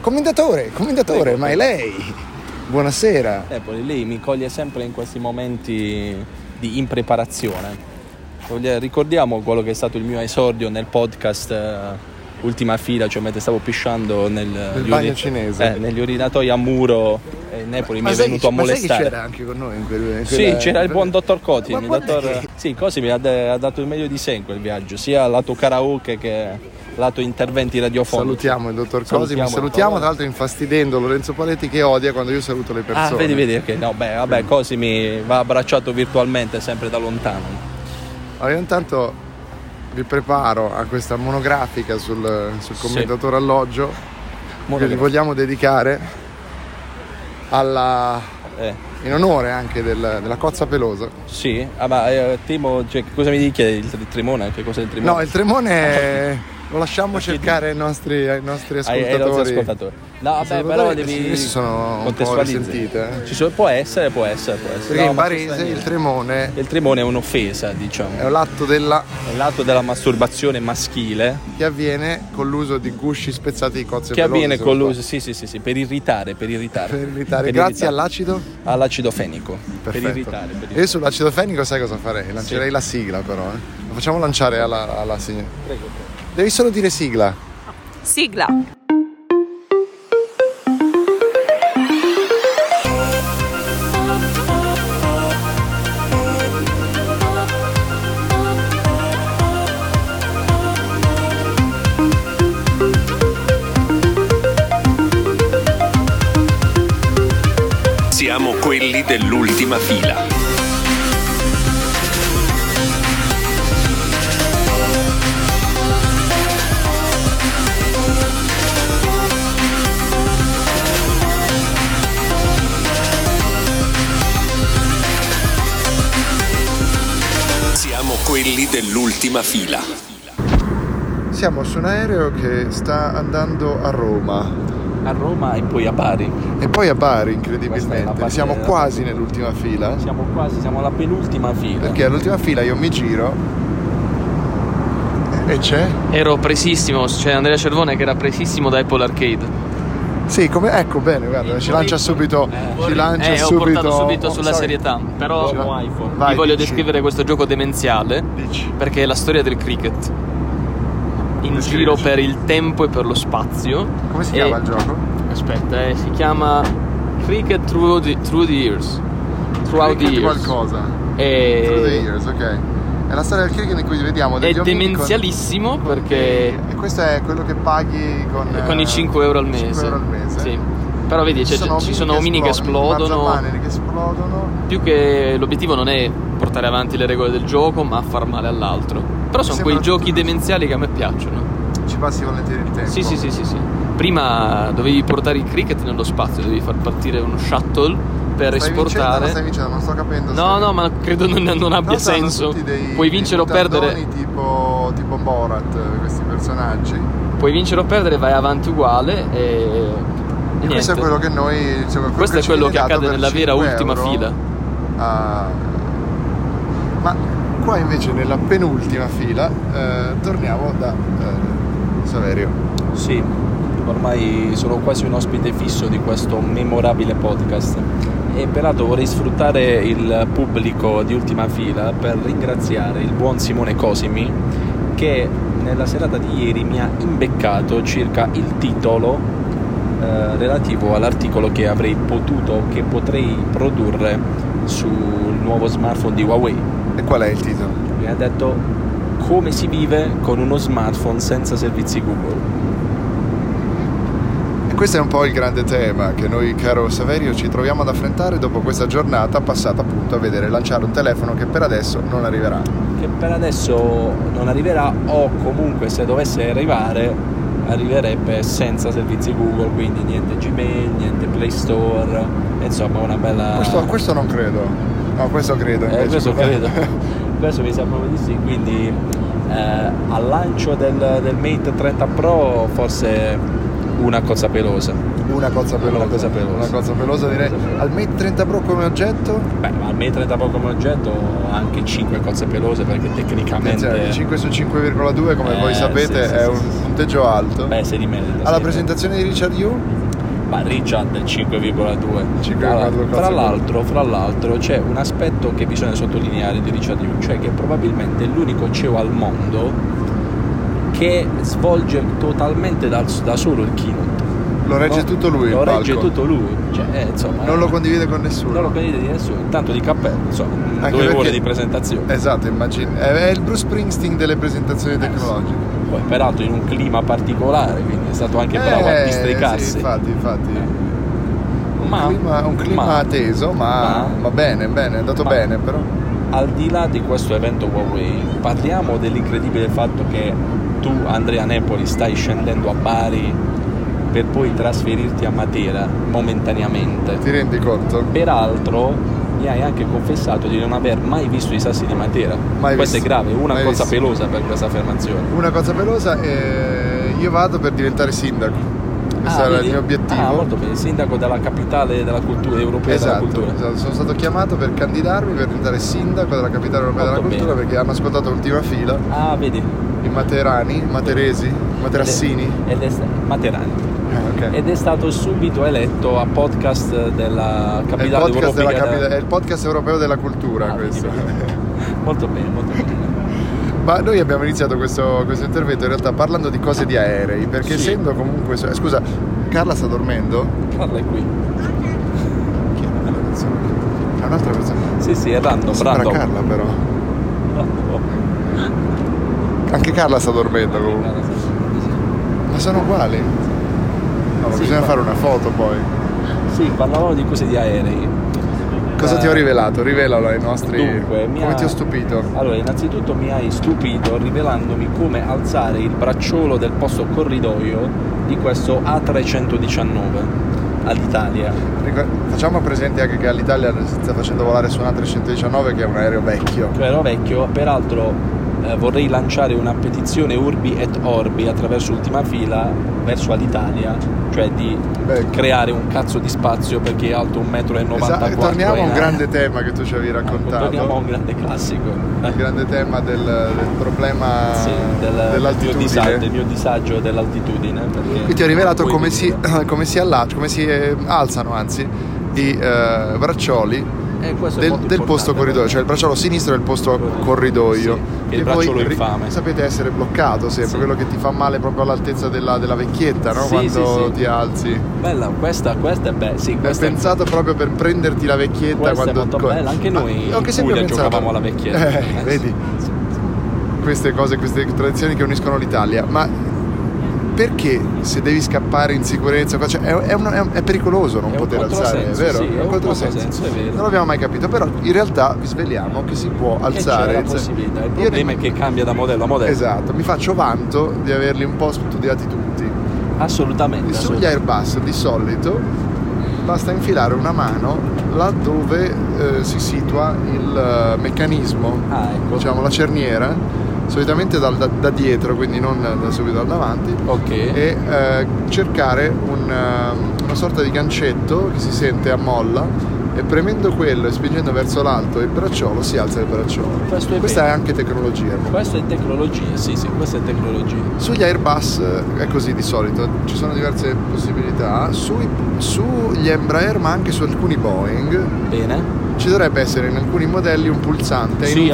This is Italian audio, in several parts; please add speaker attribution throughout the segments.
Speaker 1: Commendatore, commendatore,
Speaker 2: Prego.
Speaker 1: ma è lei. Buonasera.
Speaker 2: Napoli, lei mi coglie sempre in questi momenti di impreparazione. Voglia- Ricordiamo quello che è stato il mio esordio nel podcast eh, Ultima fila, cioè mentre stavo pisciando nel, gli
Speaker 1: bagno cinese.
Speaker 2: eh, negli urinatoi a muro e Napoli mi è
Speaker 1: sai
Speaker 2: venuto
Speaker 1: chi-
Speaker 2: a molestare.
Speaker 1: Ma sai chi c'era anche con noi in quel in
Speaker 2: Sì,
Speaker 1: quella-
Speaker 2: c'era il buon dottor Coti.
Speaker 1: Ma
Speaker 2: Il
Speaker 1: quando è
Speaker 2: dottor...
Speaker 1: che-
Speaker 2: Sì, Coti mi ha, de- ha dato il meglio di sé in quel viaggio, sia lato karaoke che lato interventi radiofonici.
Speaker 1: Salutiamo il dottor Cosimo,
Speaker 2: Salutiamo,
Speaker 1: salutiamo
Speaker 2: per favore.
Speaker 1: tra l'altro infastidendo Lorenzo Paletti che odia quando io saluto le persone.
Speaker 2: Ah, vedi, vedi, ok. No, beh, vabbè, Cosi mi va abbracciato virtualmente sempre da lontano.
Speaker 1: Allora, io intanto vi preparo a questa monografica sul, sul commentatore alloggio che vi
Speaker 2: Monografica.
Speaker 1: vogliamo dedicare alla-
Speaker 2: Eh,
Speaker 1: in onore anche del- della cozza pelosa.
Speaker 2: sì, ah, ma eh, Timo, cioè, cosa mi dici? Il tr- Trimone? Che cos'è il Trimone?
Speaker 1: No, il Tremone lo lasciamo cercare ai nostri, ai nostri
Speaker 2: Ai- ai
Speaker 1: ascoltatori.
Speaker 2: nostri ascoltatori. No, vabbè,
Speaker 1: ascoltatori
Speaker 2: però
Speaker 1: che
Speaker 2: devi
Speaker 1: si sono un po'
Speaker 2: contestualizzare.
Speaker 1: risentite, eh.
Speaker 2: Ci sono- può essere, può essere, può essere.
Speaker 1: Perché
Speaker 2: No,
Speaker 1: in
Speaker 2: ma ci
Speaker 1: barese
Speaker 2: sta
Speaker 1: il Eh.
Speaker 2: niente.
Speaker 1: Tremone
Speaker 2: Il Trimone è un'offesa, diciamo.
Speaker 1: è l'atto della
Speaker 2: È l'atto della masturbazione maschile
Speaker 1: che avviene con l'uso di gusci spezzati di cozze
Speaker 2: che
Speaker 1: pelose,
Speaker 2: avviene
Speaker 1: se
Speaker 2: con
Speaker 1: non
Speaker 2: l'uso, sì, sì, sì, sì, per irritare, per irritare.
Speaker 1: sbaglio. Per irritare, grazie
Speaker 2: irritare.
Speaker 1: all'acido.
Speaker 2: all'acido fenico.
Speaker 1: Perfetto.
Speaker 2: Per irritare, per
Speaker 1: Io
Speaker 2: irritare.
Speaker 1: sull'acido fenico sai cosa farei? Lancerei la sigla però. eh. La facciamo lanciare alla, alla signora.
Speaker 2: Prego, prego.
Speaker 1: Devi solo dire sigla.
Speaker 3: Sigla.
Speaker 4: Siamo quelli dell'ultima fila. Siamo quelli dell'ultima fila.
Speaker 1: Siamo su un aereo che sta andando a Roma
Speaker 2: A Roma e poi a Bari.
Speaker 1: e poi a Bari
Speaker 2: Questa è la
Speaker 1: incredibilmente.
Speaker 2: parte-
Speaker 1: Siamo quasi nell'ultima fila.
Speaker 2: Siamo quasi, siamo alla penultima fila.
Speaker 1: Perché all'ultima fila io mi giro e c'è?
Speaker 5: Ero presissimo, c'è Andrea Cervone che era presissimo da Apple Arcade.
Speaker 1: Sì, come, ecco bene, guarda, ci lancia subito, ci lancia
Speaker 5: eh, ho
Speaker 1: subito. Oh,
Speaker 5: portato subito sulla
Speaker 1: sorry.
Speaker 5: serietà, però
Speaker 1: Ci la-
Speaker 2: Buono iPhone.
Speaker 1: Vai,
Speaker 5: vi voglio
Speaker 1: dici,
Speaker 5: descrivere questo gioco demenziale
Speaker 1: dici.
Speaker 5: perché è la storia del cricket. In giro per il tempo e per lo spazio.
Speaker 1: Come si
Speaker 5: E-
Speaker 1: chiama il gioco?
Speaker 5: Eh, Aspetta, eh, si chiama Cricket Through the, through the Years. Throughout the
Speaker 1: Cricket
Speaker 5: Years.
Speaker 1: qualcosa.
Speaker 5: E-
Speaker 1: Through the years, ok. È la storia del cricket in cui vediamo
Speaker 5: Eh, È
Speaker 1: degli omini con-
Speaker 5: demenzialissimo perché
Speaker 1: E questo è quello che paghi con,
Speaker 5: Eh, con i 5 euro al mese.
Speaker 1: 5 Eh, euro al mese.
Speaker 5: Sì. Però vedi, c'è- ci sono omini che esplodono.
Speaker 1: marzipanelli che esplodono.
Speaker 5: Più che l'obiettivo non è portare avanti le regole del gioco, ma far male all'altro. Però sono
Speaker 1: Sembra
Speaker 5: quei giochi
Speaker 1: tutto-
Speaker 5: demenziali che a me piacciono.
Speaker 1: Ci passi volentieri il tempo.
Speaker 5: Sì, sì, sì, sì, sì. Prima dovevi portare il cricket nello spazio, dovevi far partire uno shuttle per
Speaker 1: Stai vincendo,
Speaker 5: esportare.
Speaker 1: stai vincendo, non sto capendo.
Speaker 5: no,
Speaker 1: se-
Speaker 5: no, ma credo non, non
Speaker 1: Però
Speaker 5: abbia
Speaker 1: saranno
Speaker 5: senso.
Speaker 1: tutti dei-
Speaker 5: Puoi
Speaker 1: dei
Speaker 5: vincere o
Speaker 1: mutandoni
Speaker 5: perdere.
Speaker 1: Tipo, tipo Borat, questi personaggi. E
Speaker 5: Puoi vincere o perdere, vai avanti uguale e. niente.
Speaker 1: questo è quello che noi. Cioè, quello
Speaker 5: Questo è
Speaker 1: ci
Speaker 5: quello
Speaker 1: viene
Speaker 5: che
Speaker 1: dato
Speaker 5: accade
Speaker 1: per
Speaker 5: nella vera
Speaker 1: 5
Speaker 5: ultima
Speaker 1: euro.
Speaker 5: fila.
Speaker 1: Ah. Ma qua invece, nella penultima fila, eh, torniamo da eh, Saverio.
Speaker 2: Sì, ormai sono quasi un ospite fisso di questo memorabile podcast. E peraltro vorrei sfruttare il pubblico di ultima fila per ringraziare il buon Simone Cosimi che nella serata di ieri mi ha imbeccato circa il titolo eh, relativo all'articolo che avrei potuto, che potrei produrre sul nuovo smartphone di Huawei.
Speaker 1: E qual è il titolo?
Speaker 2: Mi ha detto come si vive con uno smartphone senza servizi Google.
Speaker 1: E questo è un po' il grande tema che noi, caro Saverio, ci troviamo ad affrontare dopo questa giornata passata appunto a vedere lanciare un telefono che per adesso non arriverà.
Speaker 2: che per adesso non arriverà o comunque se dovesse arrivare arriverebbe senza servizi Google, quindi niente Gmail, niente Play Store, insomma una bella...
Speaker 1: Questo, questo non credo. No, questo credo.
Speaker 2: Eh,
Speaker 1: invece.
Speaker 2: questo credo. questo mi sa proprio di sì, quindi eh, al lancio del, del Mate 30 Pro forse una cozza pelosa.
Speaker 1: Una cozza
Speaker 2: Una
Speaker 1: pelosa.
Speaker 2: cozza pelosa.
Speaker 1: Una cozza pelosa, direi.
Speaker 2: Una cozza pelosa.
Speaker 1: Al Me 30 Pro come oggetto?
Speaker 2: Beh, ma a me 30 poco come oggetto anche 5 cozze pelose perché tecnicamente...
Speaker 1: 5 su 5,2 come
Speaker 2: Eh,
Speaker 1: voi
Speaker 2: sì,
Speaker 1: sapete
Speaker 2: sì,
Speaker 1: è
Speaker 2: sì,
Speaker 1: un
Speaker 2: sì, sì.
Speaker 1: punteggio alto.
Speaker 2: Beh, se li merita.
Speaker 1: Alla
Speaker 2: sì.
Speaker 1: presentazione di Richard Yu
Speaker 2: Ma Richard è 5,2.
Speaker 1: 5,2
Speaker 2: Tra
Speaker 1: cozze
Speaker 2: l'altro, fra l'altro c'è un aspetto che bisogna sottolineare di Richard Yu, cioè che è probabilmente l'unico CEO al mondo che svolge totalmente dal- da solo il keynote.
Speaker 1: lo regge
Speaker 2: No?
Speaker 1: tutto lui.
Speaker 2: Lo
Speaker 1: il
Speaker 2: regge
Speaker 1: palco.
Speaker 2: tutto lui. Cioè, eh, insomma,
Speaker 1: Non lo condivide con nessuno.
Speaker 2: non lo condivide di nessuno, tanto di cappello, insomma,
Speaker 1: Anche
Speaker 2: due
Speaker 1: perché-
Speaker 2: ore di presentazione.
Speaker 1: Esatto, immagino. È, è il Bruce Springsteen delle
Speaker 2: Eh,
Speaker 1: presentazioni tecnologiche.
Speaker 2: Poi peraltro in un clima particolare, quindi è stato anche bravo a
Speaker 1: Eh,
Speaker 2: districarsi. Eh,
Speaker 1: Sì, infatti, infatti. Un
Speaker 2: Ma-
Speaker 1: clima, un clima
Speaker 2: ma-
Speaker 1: teso, ma,
Speaker 2: ma-
Speaker 1: ma bene, bene, è andato
Speaker 2: ma-
Speaker 1: bene però.
Speaker 2: Al di là di questo evento Huawei, parliamo dell'incredibile fatto che tu, Andrea Nepoli, stai scendendo a Bari per poi trasferirti a Matera momentaneamente.
Speaker 1: Ti rendi conto?
Speaker 2: Peraltro mi hai anche confessato di non aver mai visto i sassi di Matera.
Speaker 1: Mai
Speaker 2: Questo
Speaker 1: visto.
Speaker 2: è grave, una
Speaker 1: Mai
Speaker 2: cosa
Speaker 1: visto.
Speaker 2: pelosa per questa affermazione.
Speaker 1: Una cosa velosa, eh, io vado per diventare sindaco. Questo
Speaker 2: Ah,
Speaker 1: era il
Speaker 2: vedi?
Speaker 1: mio obiettivo.
Speaker 2: Ah, molto bene, sindaco della capitale della cultura europea della
Speaker 1: Esatto,
Speaker 2: cultura.
Speaker 1: esatto. sono stato chiamato per candidarmi per diventare sindaco della capitale europea
Speaker 2: Molto
Speaker 1: della cultura
Speaker 2: bene.
Speaker 1: perché hanno ascoltato l'ultima fila
Speaker 2: Ah, vedi.
Speaker 1: i materani, i materesi, i materassini.
Speaker 2: Ed è sta- Materani.
Speaker 1: Eh, ok.
Speaker 2: ed è stato subito eletto a podcast della
Speaker 1: È il,
Speaker 2: capitale
Speaker 1: podcast della
Speaker 2: europea
Speaker 1: capita- è il podcast europeo della cultura
Speaker 2: Ah,
Speaker 1: questo.
Speaker 2: vedi, molto bene molto bene
Speaker 1: Ma noi abbiamo iniziato questo, questo intervento in realtà parlando di cose di aerei, perché
Speaker 2: Sì.
Speaker 1: essendo comunque... eh, Scusa, Carla sta dormendo?
Speaker 2: Carla è qui
Speaker 1: Chi è quella persona? È un'altra persona.
Speaker 2: sì sì è random
Speaker 1: Sembra
Speaker 2: random.
Speaker 1: Carla però.
Speaker 2: Random.
Speaker 1: Anche Carla sta dormendo comunque.
Speaker 2: Carla, sì, sì.
Speaker 1: Ma sono uguali? No, ma
Speaker 2: Sì,
Speaker 1: bisogna
Speaker 2: ma-
Speaker 1: fare una foto poi.
Speaker 2: sì parlavamo di cose di aerei
Speaker 1: Cosa
Speaker 2: Eh,
Speaker 1: ti ho rivelato? Rivelalo ai nostri.
Speaker 2: dunque mi
Speaker 1: come
Speaker 2: ha-
Speaker 1: ti ho stupito?
Speaker 2: allora innanzitutto mi hai stupito rivelandomi come alzare il bracciolo del posto corridoio di questo A319 all'Italia
Speaker 1: Ricor- Facciamo presente anche che all'Italia sta facendo volare su un A319 che è un aereo vecchio.
Speaker 2: Però Cioè, vecchio, peraltro eh, vorrei lanciare una petizione Urbi et Orbi attraverso l'ultima fila verso l'Italia, cioè di
Speaker 1: Beh,
Speaker 2: creare un cazzo di spazio perché è alto 1,94 m.
Speaker 1: esatto, torniamo a un grande tema che tu ci avevi raccontato.
Speaker 2: Ecco, Torniamo a un grande classico. Eh,
Speaker 1: Il grande tema del, del problema
Speaker 2: Sì, del, del mio
Speaker 1: dell'altitudine.
Speaker 2: disagio, del mio disagio dell'altitudine. perché
Speaker 1: Qui ti ho rivelato
Speaker 2: non puoi
Speaker 1: come si,
Speaker 2: vivere.
Speaker 1: come si allaccia- come si eh, alzano anzi i eh, braccioli
Speaker 2: Eh, questo è
Speaker 1: del,
Speaker 2: molto
Speaker 1: del posto
Speaker 2: importante,
Speaker 1: corridoio, cioè il
Speaker 2: perché-
Speaker 1: bracciolo sinistro è il posto
Speaker 2: Corridoio.
Speaker 1: corridoio.
Speaker 2: Sì, che
Speaker 1: E
Speaker 2: il
Speaker 1: poi
Speaker 2: bracciolo
Speaker 1: ri-
Speaker 2: infame.
Speaker 1: Sapete essere bloccato sempre,
Speaker 2: Sì.
Speaker 1: quello che ti fa male proprio all'altezza della, della vecchietta, no?
Speaker 2: Sì,
Speaker 1: Quando
Speaker 2: sì, sì.
Speaker 1: ti alzi.
Speaker 2: Bella, questa, questa è bella. Sì,
Speaker 1: È
Speaker 2: questa è
Speaker 1: pensato proprio per prenderti la vecchietta
Speaker 2: Questa è
Speaker 1: quando
Speaker 2: molto
Speaker 1: co-
Speaker 2: bella, anche noi
Speaker 1: Ah, ho
Speaker 2: in
Speaker 1: che sempre
Speaker 2: Puglia
Speaker 1: pensato-
Speaker 2: giocavamo alla vecchietta.
Speaker 1: Eh,
Speaker 2: Eh,
Speaker 1: vedi, queste cose, queste tradizioni che uniscono l'Italia, ma perché se devi scappare in sicurezza cioè, è, è un- è un- è pericoloso non
Speaker 2: È un
Speaker 1: poter alzare, è
Speaker 2: controsenso,
Speaker 1: vero?
Speaker 2: sì, è un controsenso, è vero.
Speaker 1: Non l'abbiamo mai capito, però in realtà vi svegliamo che si può
Speaker 2: Che c'è
Speaker 1: alzare.
Speaker 2: la
Speaker 1: il-
Speaker 2: possibilità. Il
Speaker 1: Io
Speaker 2: problema
Speaker 1: ne-
Speaker 2: è che cambia da modello a modello.
Speaker 1: Esatto, mi faccio vanto di averli un po' studiati tutti.
Speaker 2: Assolutamente.
Speaker 1: Sugli
Speaker 2: assolutamente.
Speaker 1: Airbus di solito basta infilare una mano laddove eh, si situa il eh, meccanismo,
Speaker 2: Ah, ecco.
Speaker 1: diciamo la cerniera, solitamente dal- da, da dietro, quindi non da subito dal davanti,
Speaker 2: Ok.
Speaker 1: e eh, cercare un, eh, una sorta di gancetto che si sente a molla e premendo quello e spingendo verso l'alto il bracciolo si alza il bracciolo.
Speaker 2: Questo è
Speaker 1: Questa è
Speaker 2: vero.
Speaker 1: anche tecnologia.
Speaker 2: Questo è tecnologia, sì, sì, questa è tecnologia.
Speaker 1: Sugli Airbus eh, è così di solito, ci sono diverse possibilità, Sui- sugli Embraer ma anche su alcuni Boeing
Speaker 2: Bene.
Speaker 1: ci dovrebbe essere in alcuni modelli un pulsante
Speaker 2: sì,
Speaker 1: in un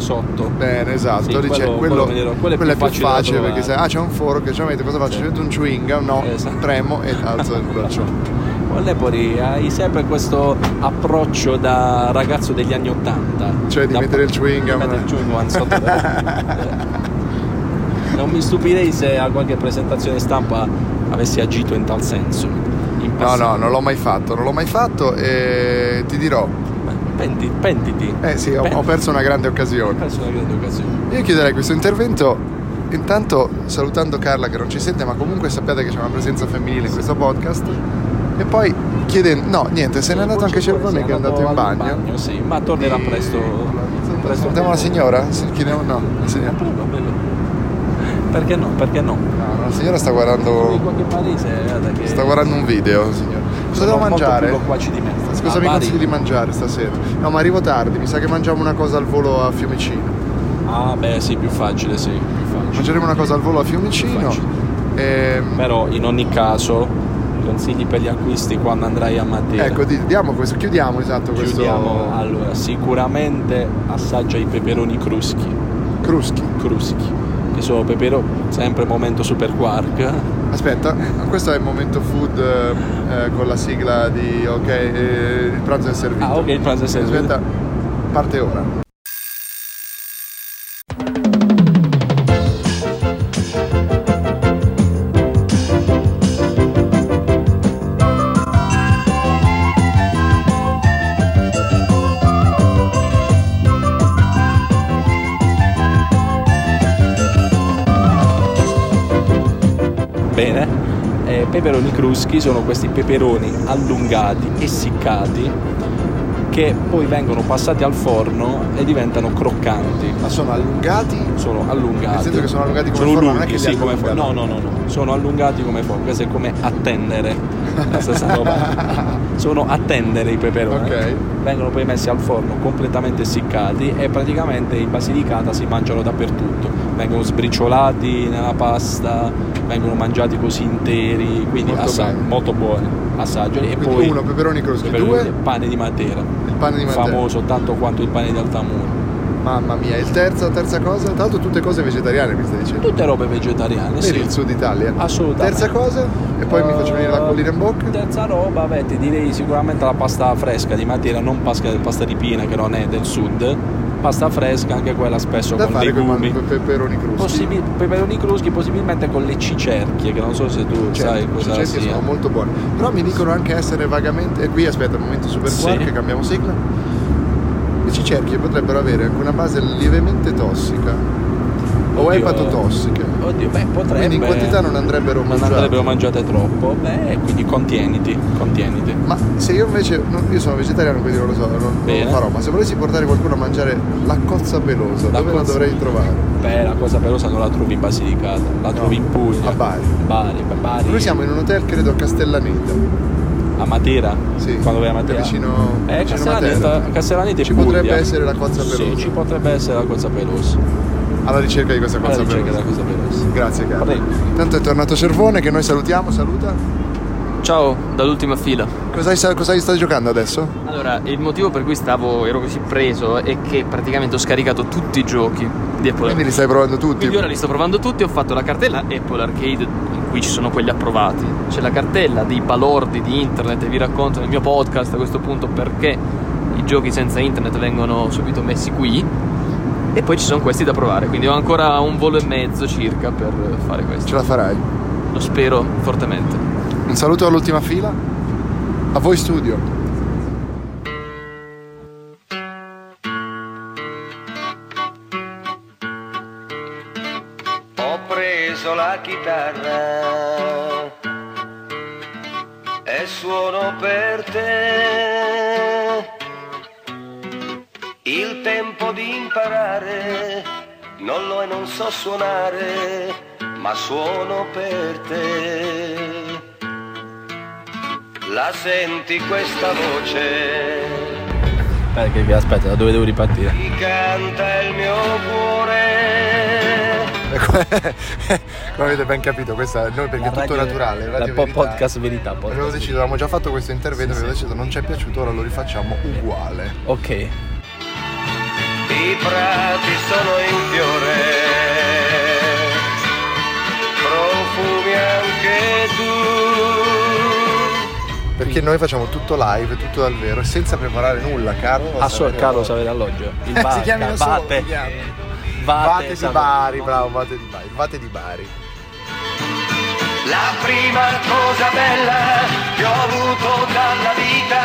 Speaker 1: foro.
Speaker 2: sotto.
Speaker 1: Bene, esatto,
Speaker 2: Sì,
Speaker 1: dice quello,
Speaker 2: quello- quello me lo- quello è
Speaker 1: quello
Speaker 2: più facile da
Speaker 1: facile perché sai,
Speaker 2: trovare.
Speaker 1: ah c'è un foro che ci mette, cosa faccio?
Speaker 2: Sì.
Speaker 1: Ci metto un chewing gum? No,
Speaker 2: Esatto.
Speaker 1: premo e alzo il braccio.
Speaker 2: Con Lepori hai sempre questo approccio da ragazzo degli anni Ottanta.
Speaker 1: Cioè, di
Speaker 2: Da-
Speaker 1: mettere il chewing gum.
Speaker 2: Di mettere il chewing gum sotto. non mi stupirei se a qualche presentazione stampa avessi agito in tal senso. In
Speaker 1: No, no,
Speaker 2: passato.
Speaker 1: non l'ho mai fatto, non l'ho mai fatto e ti dirò,
Speaker 2: Beh, penti- Pentiti.
Speaker 1: eh sì, ho-
Speaker 2: Beh.
Speaker 1: ho perso una grande occasione.
Speaker 2: Questa è una grande occasione.
Speaker 1: Io chiuderei questo intervento intanto salutando Carla che non ci sente, ma comunque sappiate che c'è una presenza femminile in questo podcast. E poi chiedendo, no, niente, se n'è andato anche Cervone che è andato in bagno.
Speaker 2: sì, ma tornerà
Speaker 1: E-
Speaker 2: presto. presto
Speaker 1: Salutiamo la signora? Se chiediamo no, la signora.
Speaker 2: Prego, prego. Perché no? Perché no?
Speaker 1: No, non la signora sta
Speaker 2: Di
Speaker 1: guardando,
Speaker 2: qualche paese, eh, guarda che...
Speaker 1: sta guardando un video, signora. Cosa devo
Speaker 2: Sono molto
Speaker 1: mangiare?
Speaker 2: più loquaci di me.
Speaker 1: Cosa
Speaker 2: Ah,
Speaker 1: mi
Speaker 2: Bari?
Speaker 1: consigli di mangiare stasera? No, ma arrivo tardi, mi sa che mangiamo una cosa al volo a Fiumicino.
Speaker 2: Ah, beh, sì, più facile, sì, più facile.
Speaker 1: Mangeremo una cosa al volo a Fiumicino.
Speaker 2: Facile.
Speaker 1: ehm,
Speaker 2: Però in ogni caso consigli per gli acquisti quando andrai a Matera.
Speaker 1: ecco, di- diamo questo, chiudiamo esatto questo.
Speaker 2: Chiudiamo. ah. Allora, sicuramente assaggia i peperoni cruschi.
Speaker 1: Cruschi.
Speaker 2: Cruschi, che sono pepero, sempre momento super quark.
Speaker 1: Aspetta, questo è il momento food eh, eh, con la sigla di ok, eh, il pranzo è servito.
Speaker 2: Ah, ok, il pranzo è servito.
Speaker 1: Aspetta, parte ora.
Speaker 2: Bene. Eh, peperoni cruschi sono questi peperoni allungati, essiccati, che poi vengono passati al forno e diventano croccanti.
Speaker 1: Ma sono allungati?
Speaker 2: Sono allungati.
Speaker 1: Nel senso che sono allungati come
Speaker 2: Sono
Speaker 1: forno, non è
Speaker 2: lunghi,
Speaker 1: che li
Speaker 2: sì, come
Speaker 1: allungano.
Speaker 2: forno. No, no, no, no. Sono allungati come forno, questo è come attendere. La stessa roba. Sono attendere i peperoni.
Speaker 1: Ok.
Speaker 2: Vengono poi messi al forno completamente essiccati e praticamente in Basilicata si mangiano dappertutto. Vengono sbriciolati nella pasta, vengono mangiati così interi, quindi
Speaker 1: Molto
Speaker 2: assa-
Speaker 1: bene.
Speaker 2: molto buoni. Assaggiali e
Speaker 1: Quindi
Speaker 2: poi
Speaker 1: uno, peperoni cruschi,
Speaker 2: peperoni,
Speaker 1: due,
Speaker 2: pane di Matera,
Speaker 1: il pane di mantello.
Speaker 2: famoso tanto quanto il pane di Altamura.
Speaker 1: Mamma mia, il terzo, terza cosa? Tra l'altro tutte cose vegetariane mi stai dicendo.
Speaker 2: Tutte robe vegetariane,
Speaker 1: Per
Speaker 2: sì.
Speaker 1: il sud Italia.
Speaker 2: Assolutamente.
Speaker 1: Terza cosa? E poi mi faccio venire la collina in bocca.
Speaker 2: Terza roba, beh, ti direi sicuramente la pasta fresca di Matera, non pasta, pasta di Pina che non è del sud. Pasta fresca, anche quella spesso
Speaker 1: Da
Speaker 2: con
Speaker 1: fare con
Speaker 2: legumi.
Speaker 1: i peperoni cruschi.
Speaker 2: Possibil- peperoni cruschi, possibilmente con le cicerchie, che non so se tu
Speaker 1: Certo,
Speaker 2: sai cosa
Speaker 1: i ceci
Speaker 2: sia.
Speaker 1: sono molto buoni. Però mi dicono anche essere vagamente. E qui aspetta, un momento super
Speaker 2: Sì.
Speaker 1: quark, cambiamo sigla. Le cicerchie potrebbero avere anche una base lievemente tossica. O
Speaker 2: Oddio,
Speaker 1: epatotossiche.
Speaker 2: Oddio, beh, potrebbe.
Speaker 1: Quindi in quantità non andrebbero
Speaker 2: non
Speaker 1: mangiate.
Speaker 2: andrebbero mangiate troppo. Beh, quindi contieniti, contieniti.
Speaker 1: Ma se io invece. no, io sono vegetariano quindi non lo so, non- non,
Speaker 2: Bene.
Speaker 1: lo farò, ma se volessi portare qualcuno a mangiare la cozza pelosa,
Speaker 2: La
Speaker 1: dove la
Speaker 2: cozza-
Speaker 1: dovrei trovare?
Speaker 2: Beh, la cosa pelosa non la trovi in Basilicata, la trovi in Puglia.
Speaker 1: a Bari.
Speaker 2: Bari, beh, Bari.
Speaker 1: Noi siamo in un hotel, credo a Castellaneta.
Speaker 2: a Matera.
Speaker 1: Sì.
Speaker 2: Quando vai a Matera.
Speaker 1: È vicino-
Speaker 2: eh,
Speaker 1: vicino
Speaker 2: Castellaneta,
Speaker 1: Matera.
Speaker 2: Castellaneta e
Speaker 1: Ci
Speaker 2: Puglia.
Speaker 1: potrebbe essere la cozza
Speaker 2: Sì,
Speaker 1: pelosa.
Speaker 2: ci potrebbe essere la cozza pelosa.
Speaker 1: Alla ricerca di questa
Speaker 2: Alla
Speaker 1: cozza
Speaker 2: ricerca
Speaker 1: pelosa.
Speaker 2: della cozza pelosa.
Speaker 1: Grazie caro.
Speaker 2: Prego.
Speaker 1: Intanto è tornato Cervone che noi salutiamo, saluta.
Speaker 5: Ciao, dall'ultima fila.
Speaker 1: Cos'hai, cos'hai stai giocando adesso?
Speaker 5: Allora, il motivo per cui stavo, ero così preso è che praticamente ho scaricato tutti i giochi di Apple
Speaker 1: Quindi
Speaker 5: Arcade.
Speaker 1: li stai provando tutti?
Speaker 5: Quindi ora li sto provando tutti, ho fatto la cartella Apple Arcade in cui ci sono quelli approvati. C'è la cartella dei balordi di internet e vi racconto nel mio podcast a questo punto perché i giochi senza internet vengono subito messi qui. E poi ci sono questi da provare, quindi ho ancora un volo e mezzo circa per fare
Speaker 1: Ce
Speaker 5: questo.
Speaker 1: la farai.
Speaker 5: Lo spero fortemente.
Speaker 1: Un saluto all'ultima fila. A voi studio.
Speaker 3: Ho preso la chitarra e suono per te. Il tempo di imparare non lo e non so suonare, ma suono per te. La senti questa voce?
Speaker 2: Aspetta, che vi aspetta, da dove devo ripartire?
Speaker 3: Ti canta il mio cuore.
Speaker 1: Ecco. Come avete ben capito, questa noi perché è
Speaker 2: La
Speaker 1: tutto
Speaker 2: radio-
Speaker 1: naturale.
Speaker 2: la
Speaker 1: radio
Speaker 2: po-
Speaker 1: verità.
Speaker 2: podcast verità. podcast
Speaker 1: Avevo deciso, avevamo già fatto questo intervento,
Speaker 2: Sì,
Speaker 1: avevo
Speaker 2: sì.
Speaker 1: deciso non ci è piaciuto, ora lo rifacciamo uguale.
Speaker 2: Ok.
Speaker 3: I prati sono in fiore, profumi anche tu.
Speaker 1: Perché noi facciamo tutto live, tutto dal vero, e senza preparare nulla, caro.
Speaker 2: Assol, Carlo Savere Alloggio. Il
Speaker 1: Eh, Si
Speaker 2: Vate,
Speaker 1: chiamano solo,
Speaker 2: Vate.
Speaker 1: si chiamano.
Speaker 2: Vate
Speaker 1: Vate di
Speaker 2: Savere-
Speaker 1: Bari, bravo, Vate di Bari, Vate di Bari.
Speaker 3: La prima cosa bella che ho avuto dalla vita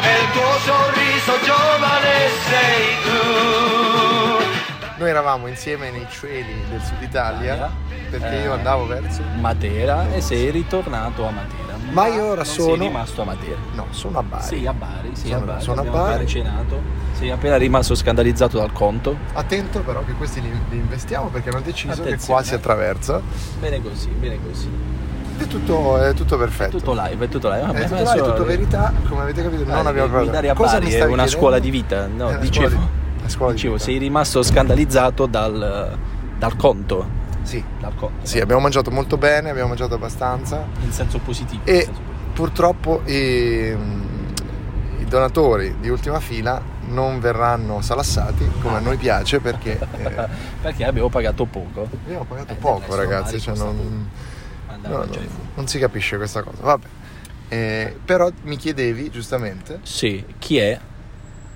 Speaker 3: è il tuo sorriso giovane sei tu.
Speaker 1: Noi eravamo insieme nei treni del sud Italia
Speaker 2: Italia.
Speaker 1: perché
Speaker 2: Eh.
Speaker 1: io andavo verso
Speaker 2: Matera e sei ritornato a Matera. Matera.
Speaker 1: Ma io ora
Speaker 2: non
Speaker 1: sono-
Speaker 2: Sei rimasto a Matera.
Speaker 1: No, sono a Bari.
Speaker 2: Sei a Bari, sei
Speaker 1: Sono-
Speaker 2: a Bari.
Speaker 1: sono a
Speaker 2: abbiamo appena
Speaker 1: Bari.
Speaker 2: cenato. Sei appena rimasto scandalizzato dal conto.
Speaker 1: Attento però che questi li, li investiamo perché hanno deciso che
Speaker 2: Attenzione.
Speaker 1: qua si attraversa.
Speaker 2: Bene così, bene così.
Speaker 1: È tutto, è Eh, tutto perfetto.
Speaker 2: Tutto live, è tutto live. Vabbè,
Speaker 1: è tutto,
Speaker 2: adesso- eh,
Speaker 1: là, è tutto verità, come avete capito, non
Speaker 2: Dai,
Speaker 1: abbiamo
Speaker 2: guidare
Speaker 1: parlato.
Speaker 2: a Bari è una
Speaker 1: chiedendo?
Speaker 2: scuola di vita. No,
Speaker 1: È una
Speaker 2: dicevo-
Speaker 1: scuola di- una scuola di
Speaker 2: Dicevo,
Speaker 1: vita.
Speaker 2: sei rimasto scandalizzato dal, dal conto.
Speaker 1: Sì.
Speaker 2: Dal conto.
Speaker 1: Sì, abbiamo mangiato molto bene, abbiamo mangiato abbastanza.
Speaker 2: In senso positivo. in
Speaker 1: e
Speaker 2: senso positivo.
Speaker 1: purtroppo i, i donatori di ultima fila non verranno salassati come a noi piace perché eh,
Speaker 2: Perché abbiamo pagato poco.
Speaker 1: abbiamo pagato
Speaker 2: Eh, del
Speaker 1: poco
Speaker 2: resto
Speaker 1: ragazzi
Speaker 2: Mario
Speaker 1: cioè,
Speaker 2: costa
Speaker 1: non,
Speaker 2: Andava
Speaker 1: no,
Speaker 2: a mangiare
Speaker 1: no,
Speaker 2: fuori.
Speaker 1: non si capisce questa cosa vabbè Eh, però mi chiedevi giustamente
Speaker 2: Sì, chi è?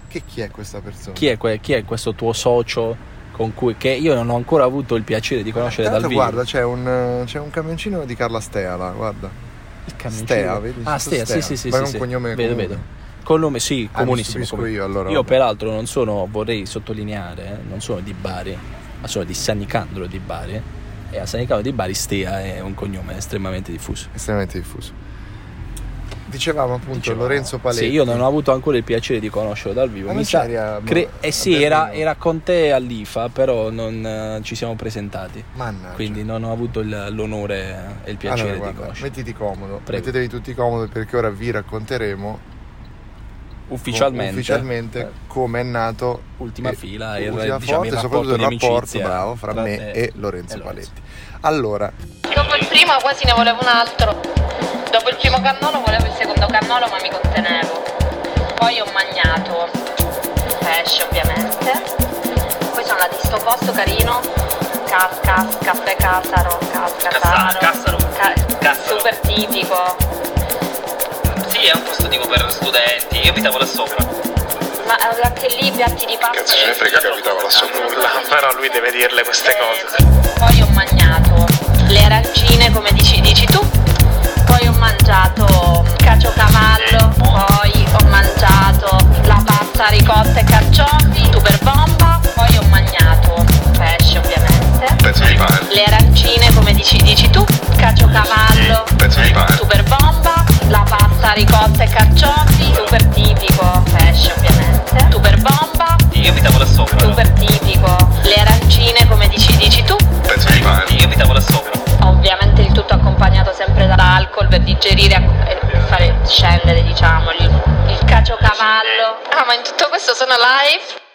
Speaker 1: che chi è questa persona
Speaker 2: Chi è, que- chi è questo tuo socio con cui che io non ho ancora avuto il piacere di conoscere dal
Speaker 1: Tanto
Speaker 2: vivo?
Speaker 1: guarda c'è un, c'è un camioncino di Carla Stea là guarda
Speaker 2: il camioncino.
Speaker 1: Stea, vedi?
Speaker 2: Ah,
Speaker 1: Scritto
Speaker 2: Stea, sì,
Speaker 1: Stea.
Speaker 2: sì, sì,
Speaker 1: Ma
Speaker 2: sì,
Speaker 1: è un
Speaker 2: sì.
Speaker 1: cognome
Speaker 2: Vedo,
Speaker 1: comune.
Speaker 2: vedo. Col nome sì,
Speaker 1: Ah, mi
Speaker 2: comunissimo.
Speaker 1: stupisco
Speaker 2: comune.
Speaker 1: io, allora, vabbè.
Speaker 2: peraltro non sono, vorrei sottolineare, eh, non sono di Bari, ma sono di San Nicandro di Bari e a San Nicandro di Bari Stea è un cognome estremamente diffuso.
Speaker 1: estremamente diffuso dicevamo appunto
Speaker 2: Dicevo,
Speaker 1: Lorenzo Paletti
Speaker 2: Sì, io non ho avuto ancora il piacere di conoscerlo dal vivo.
Speaker 1: Ma
Speaker 2: Mi
Speaker 1: non
Speaker 2: sa,
Speaker 1: c'eri a-
Speaker 2: cre- eh sì,
Speaker 1: a
Speaker 2: era,
Speaker 1: Berlino?
Speaker 2: era con te all'IFA, però non eh, ci siamo presentati.
Speaker 1: Mannaggia.
Speaker 2: Quindi non ho avuto il- l'onore e il piacere
Speaker 1: Allora,
Speaker 2: di
Speaker 1: guarda,
Speaker 2: conoscerlo.
Speaker 1: Mettiti comodo,
Speaker 2: Prego.
Speaker 1: mettetevi tutti comodi perché ora vi racconteremo
Speaker 2: Ufficialmente.
Speaker 1: ufficialmente
Speaker 2: Eh,
Speaker 1: come è nato
Speaker 2: Ultima
Speaker 1: eh,
Speaker 2: fila e il-
Speaker 1: Ultima
Speaker 2: diciamo,
Speaker 1: Forte,
Speaker 2: il
Speaker 1: soprattutto il
Speaker 2: rapporto di
Speaker 1: rapporto
Speaker 2: amicizia
Speaker 1: bravo fra
Speaker 2: tra
Speaker 1: me
Speaker 2: te
Speaker 1: e Lorenzo
Speaker 2: e Lorenzo.
Speaker 1: Paletti. Allora,
Speaker 6: Dopo il primo quasi ne volevo un altro. Dopo il primo cannolo volevo il secondo cannolo ma mi contenevo. Poi ho mangiato pesce ovviamente. Poi sono andata in sto posto carino. Cas, cas, caffè Casaro, cas, Casaro.
Speaker 7: Cassaro, Cassaro. Cassaro.
Speaker 6: Super tipico.
Speaker 7: Sì, è un posto tipo per studenti. Io abitavo là sopra.
Speaker 6: Ma eh, anche lì piatti di pasta.
Speaker 8: Cazzo ce ne frega che abitavo là sopra.
Speaker 7: Però lui deve dirle queste
Speaker 6: Eh, Poi ho mangiato le arancine come dici, dici tu, poi ho mangiato caciocavallo, poi ho mangiato la pasta ricotta e carciofi, super bomba, poi ho mangiato pesce ovviamente,
Speaker 8: Pezzo di pane.
Speaker 6: le arancine come dici, dici tu, caciocavallo,
Speaker 8: Pezzo di pane.
Speaker 6: super bomba, la pasta ricotta e carciofi, super tipico, pesce ovviamente, super bomba,
Speaker 7: Io abitavo là sopra.
Speaker 6: super tipico, le arancine come dici, dici tu,
Speaker 8: Pezzo di pane.
Speaker 7: Io abitavo là sopra.
Speaker 6: Ovviamente il tutto accompagnato sempre dall'alcol per digerire e per fare scendere, diciamo, il, il caciocavallo. Ah, ma in tutto questo sono live?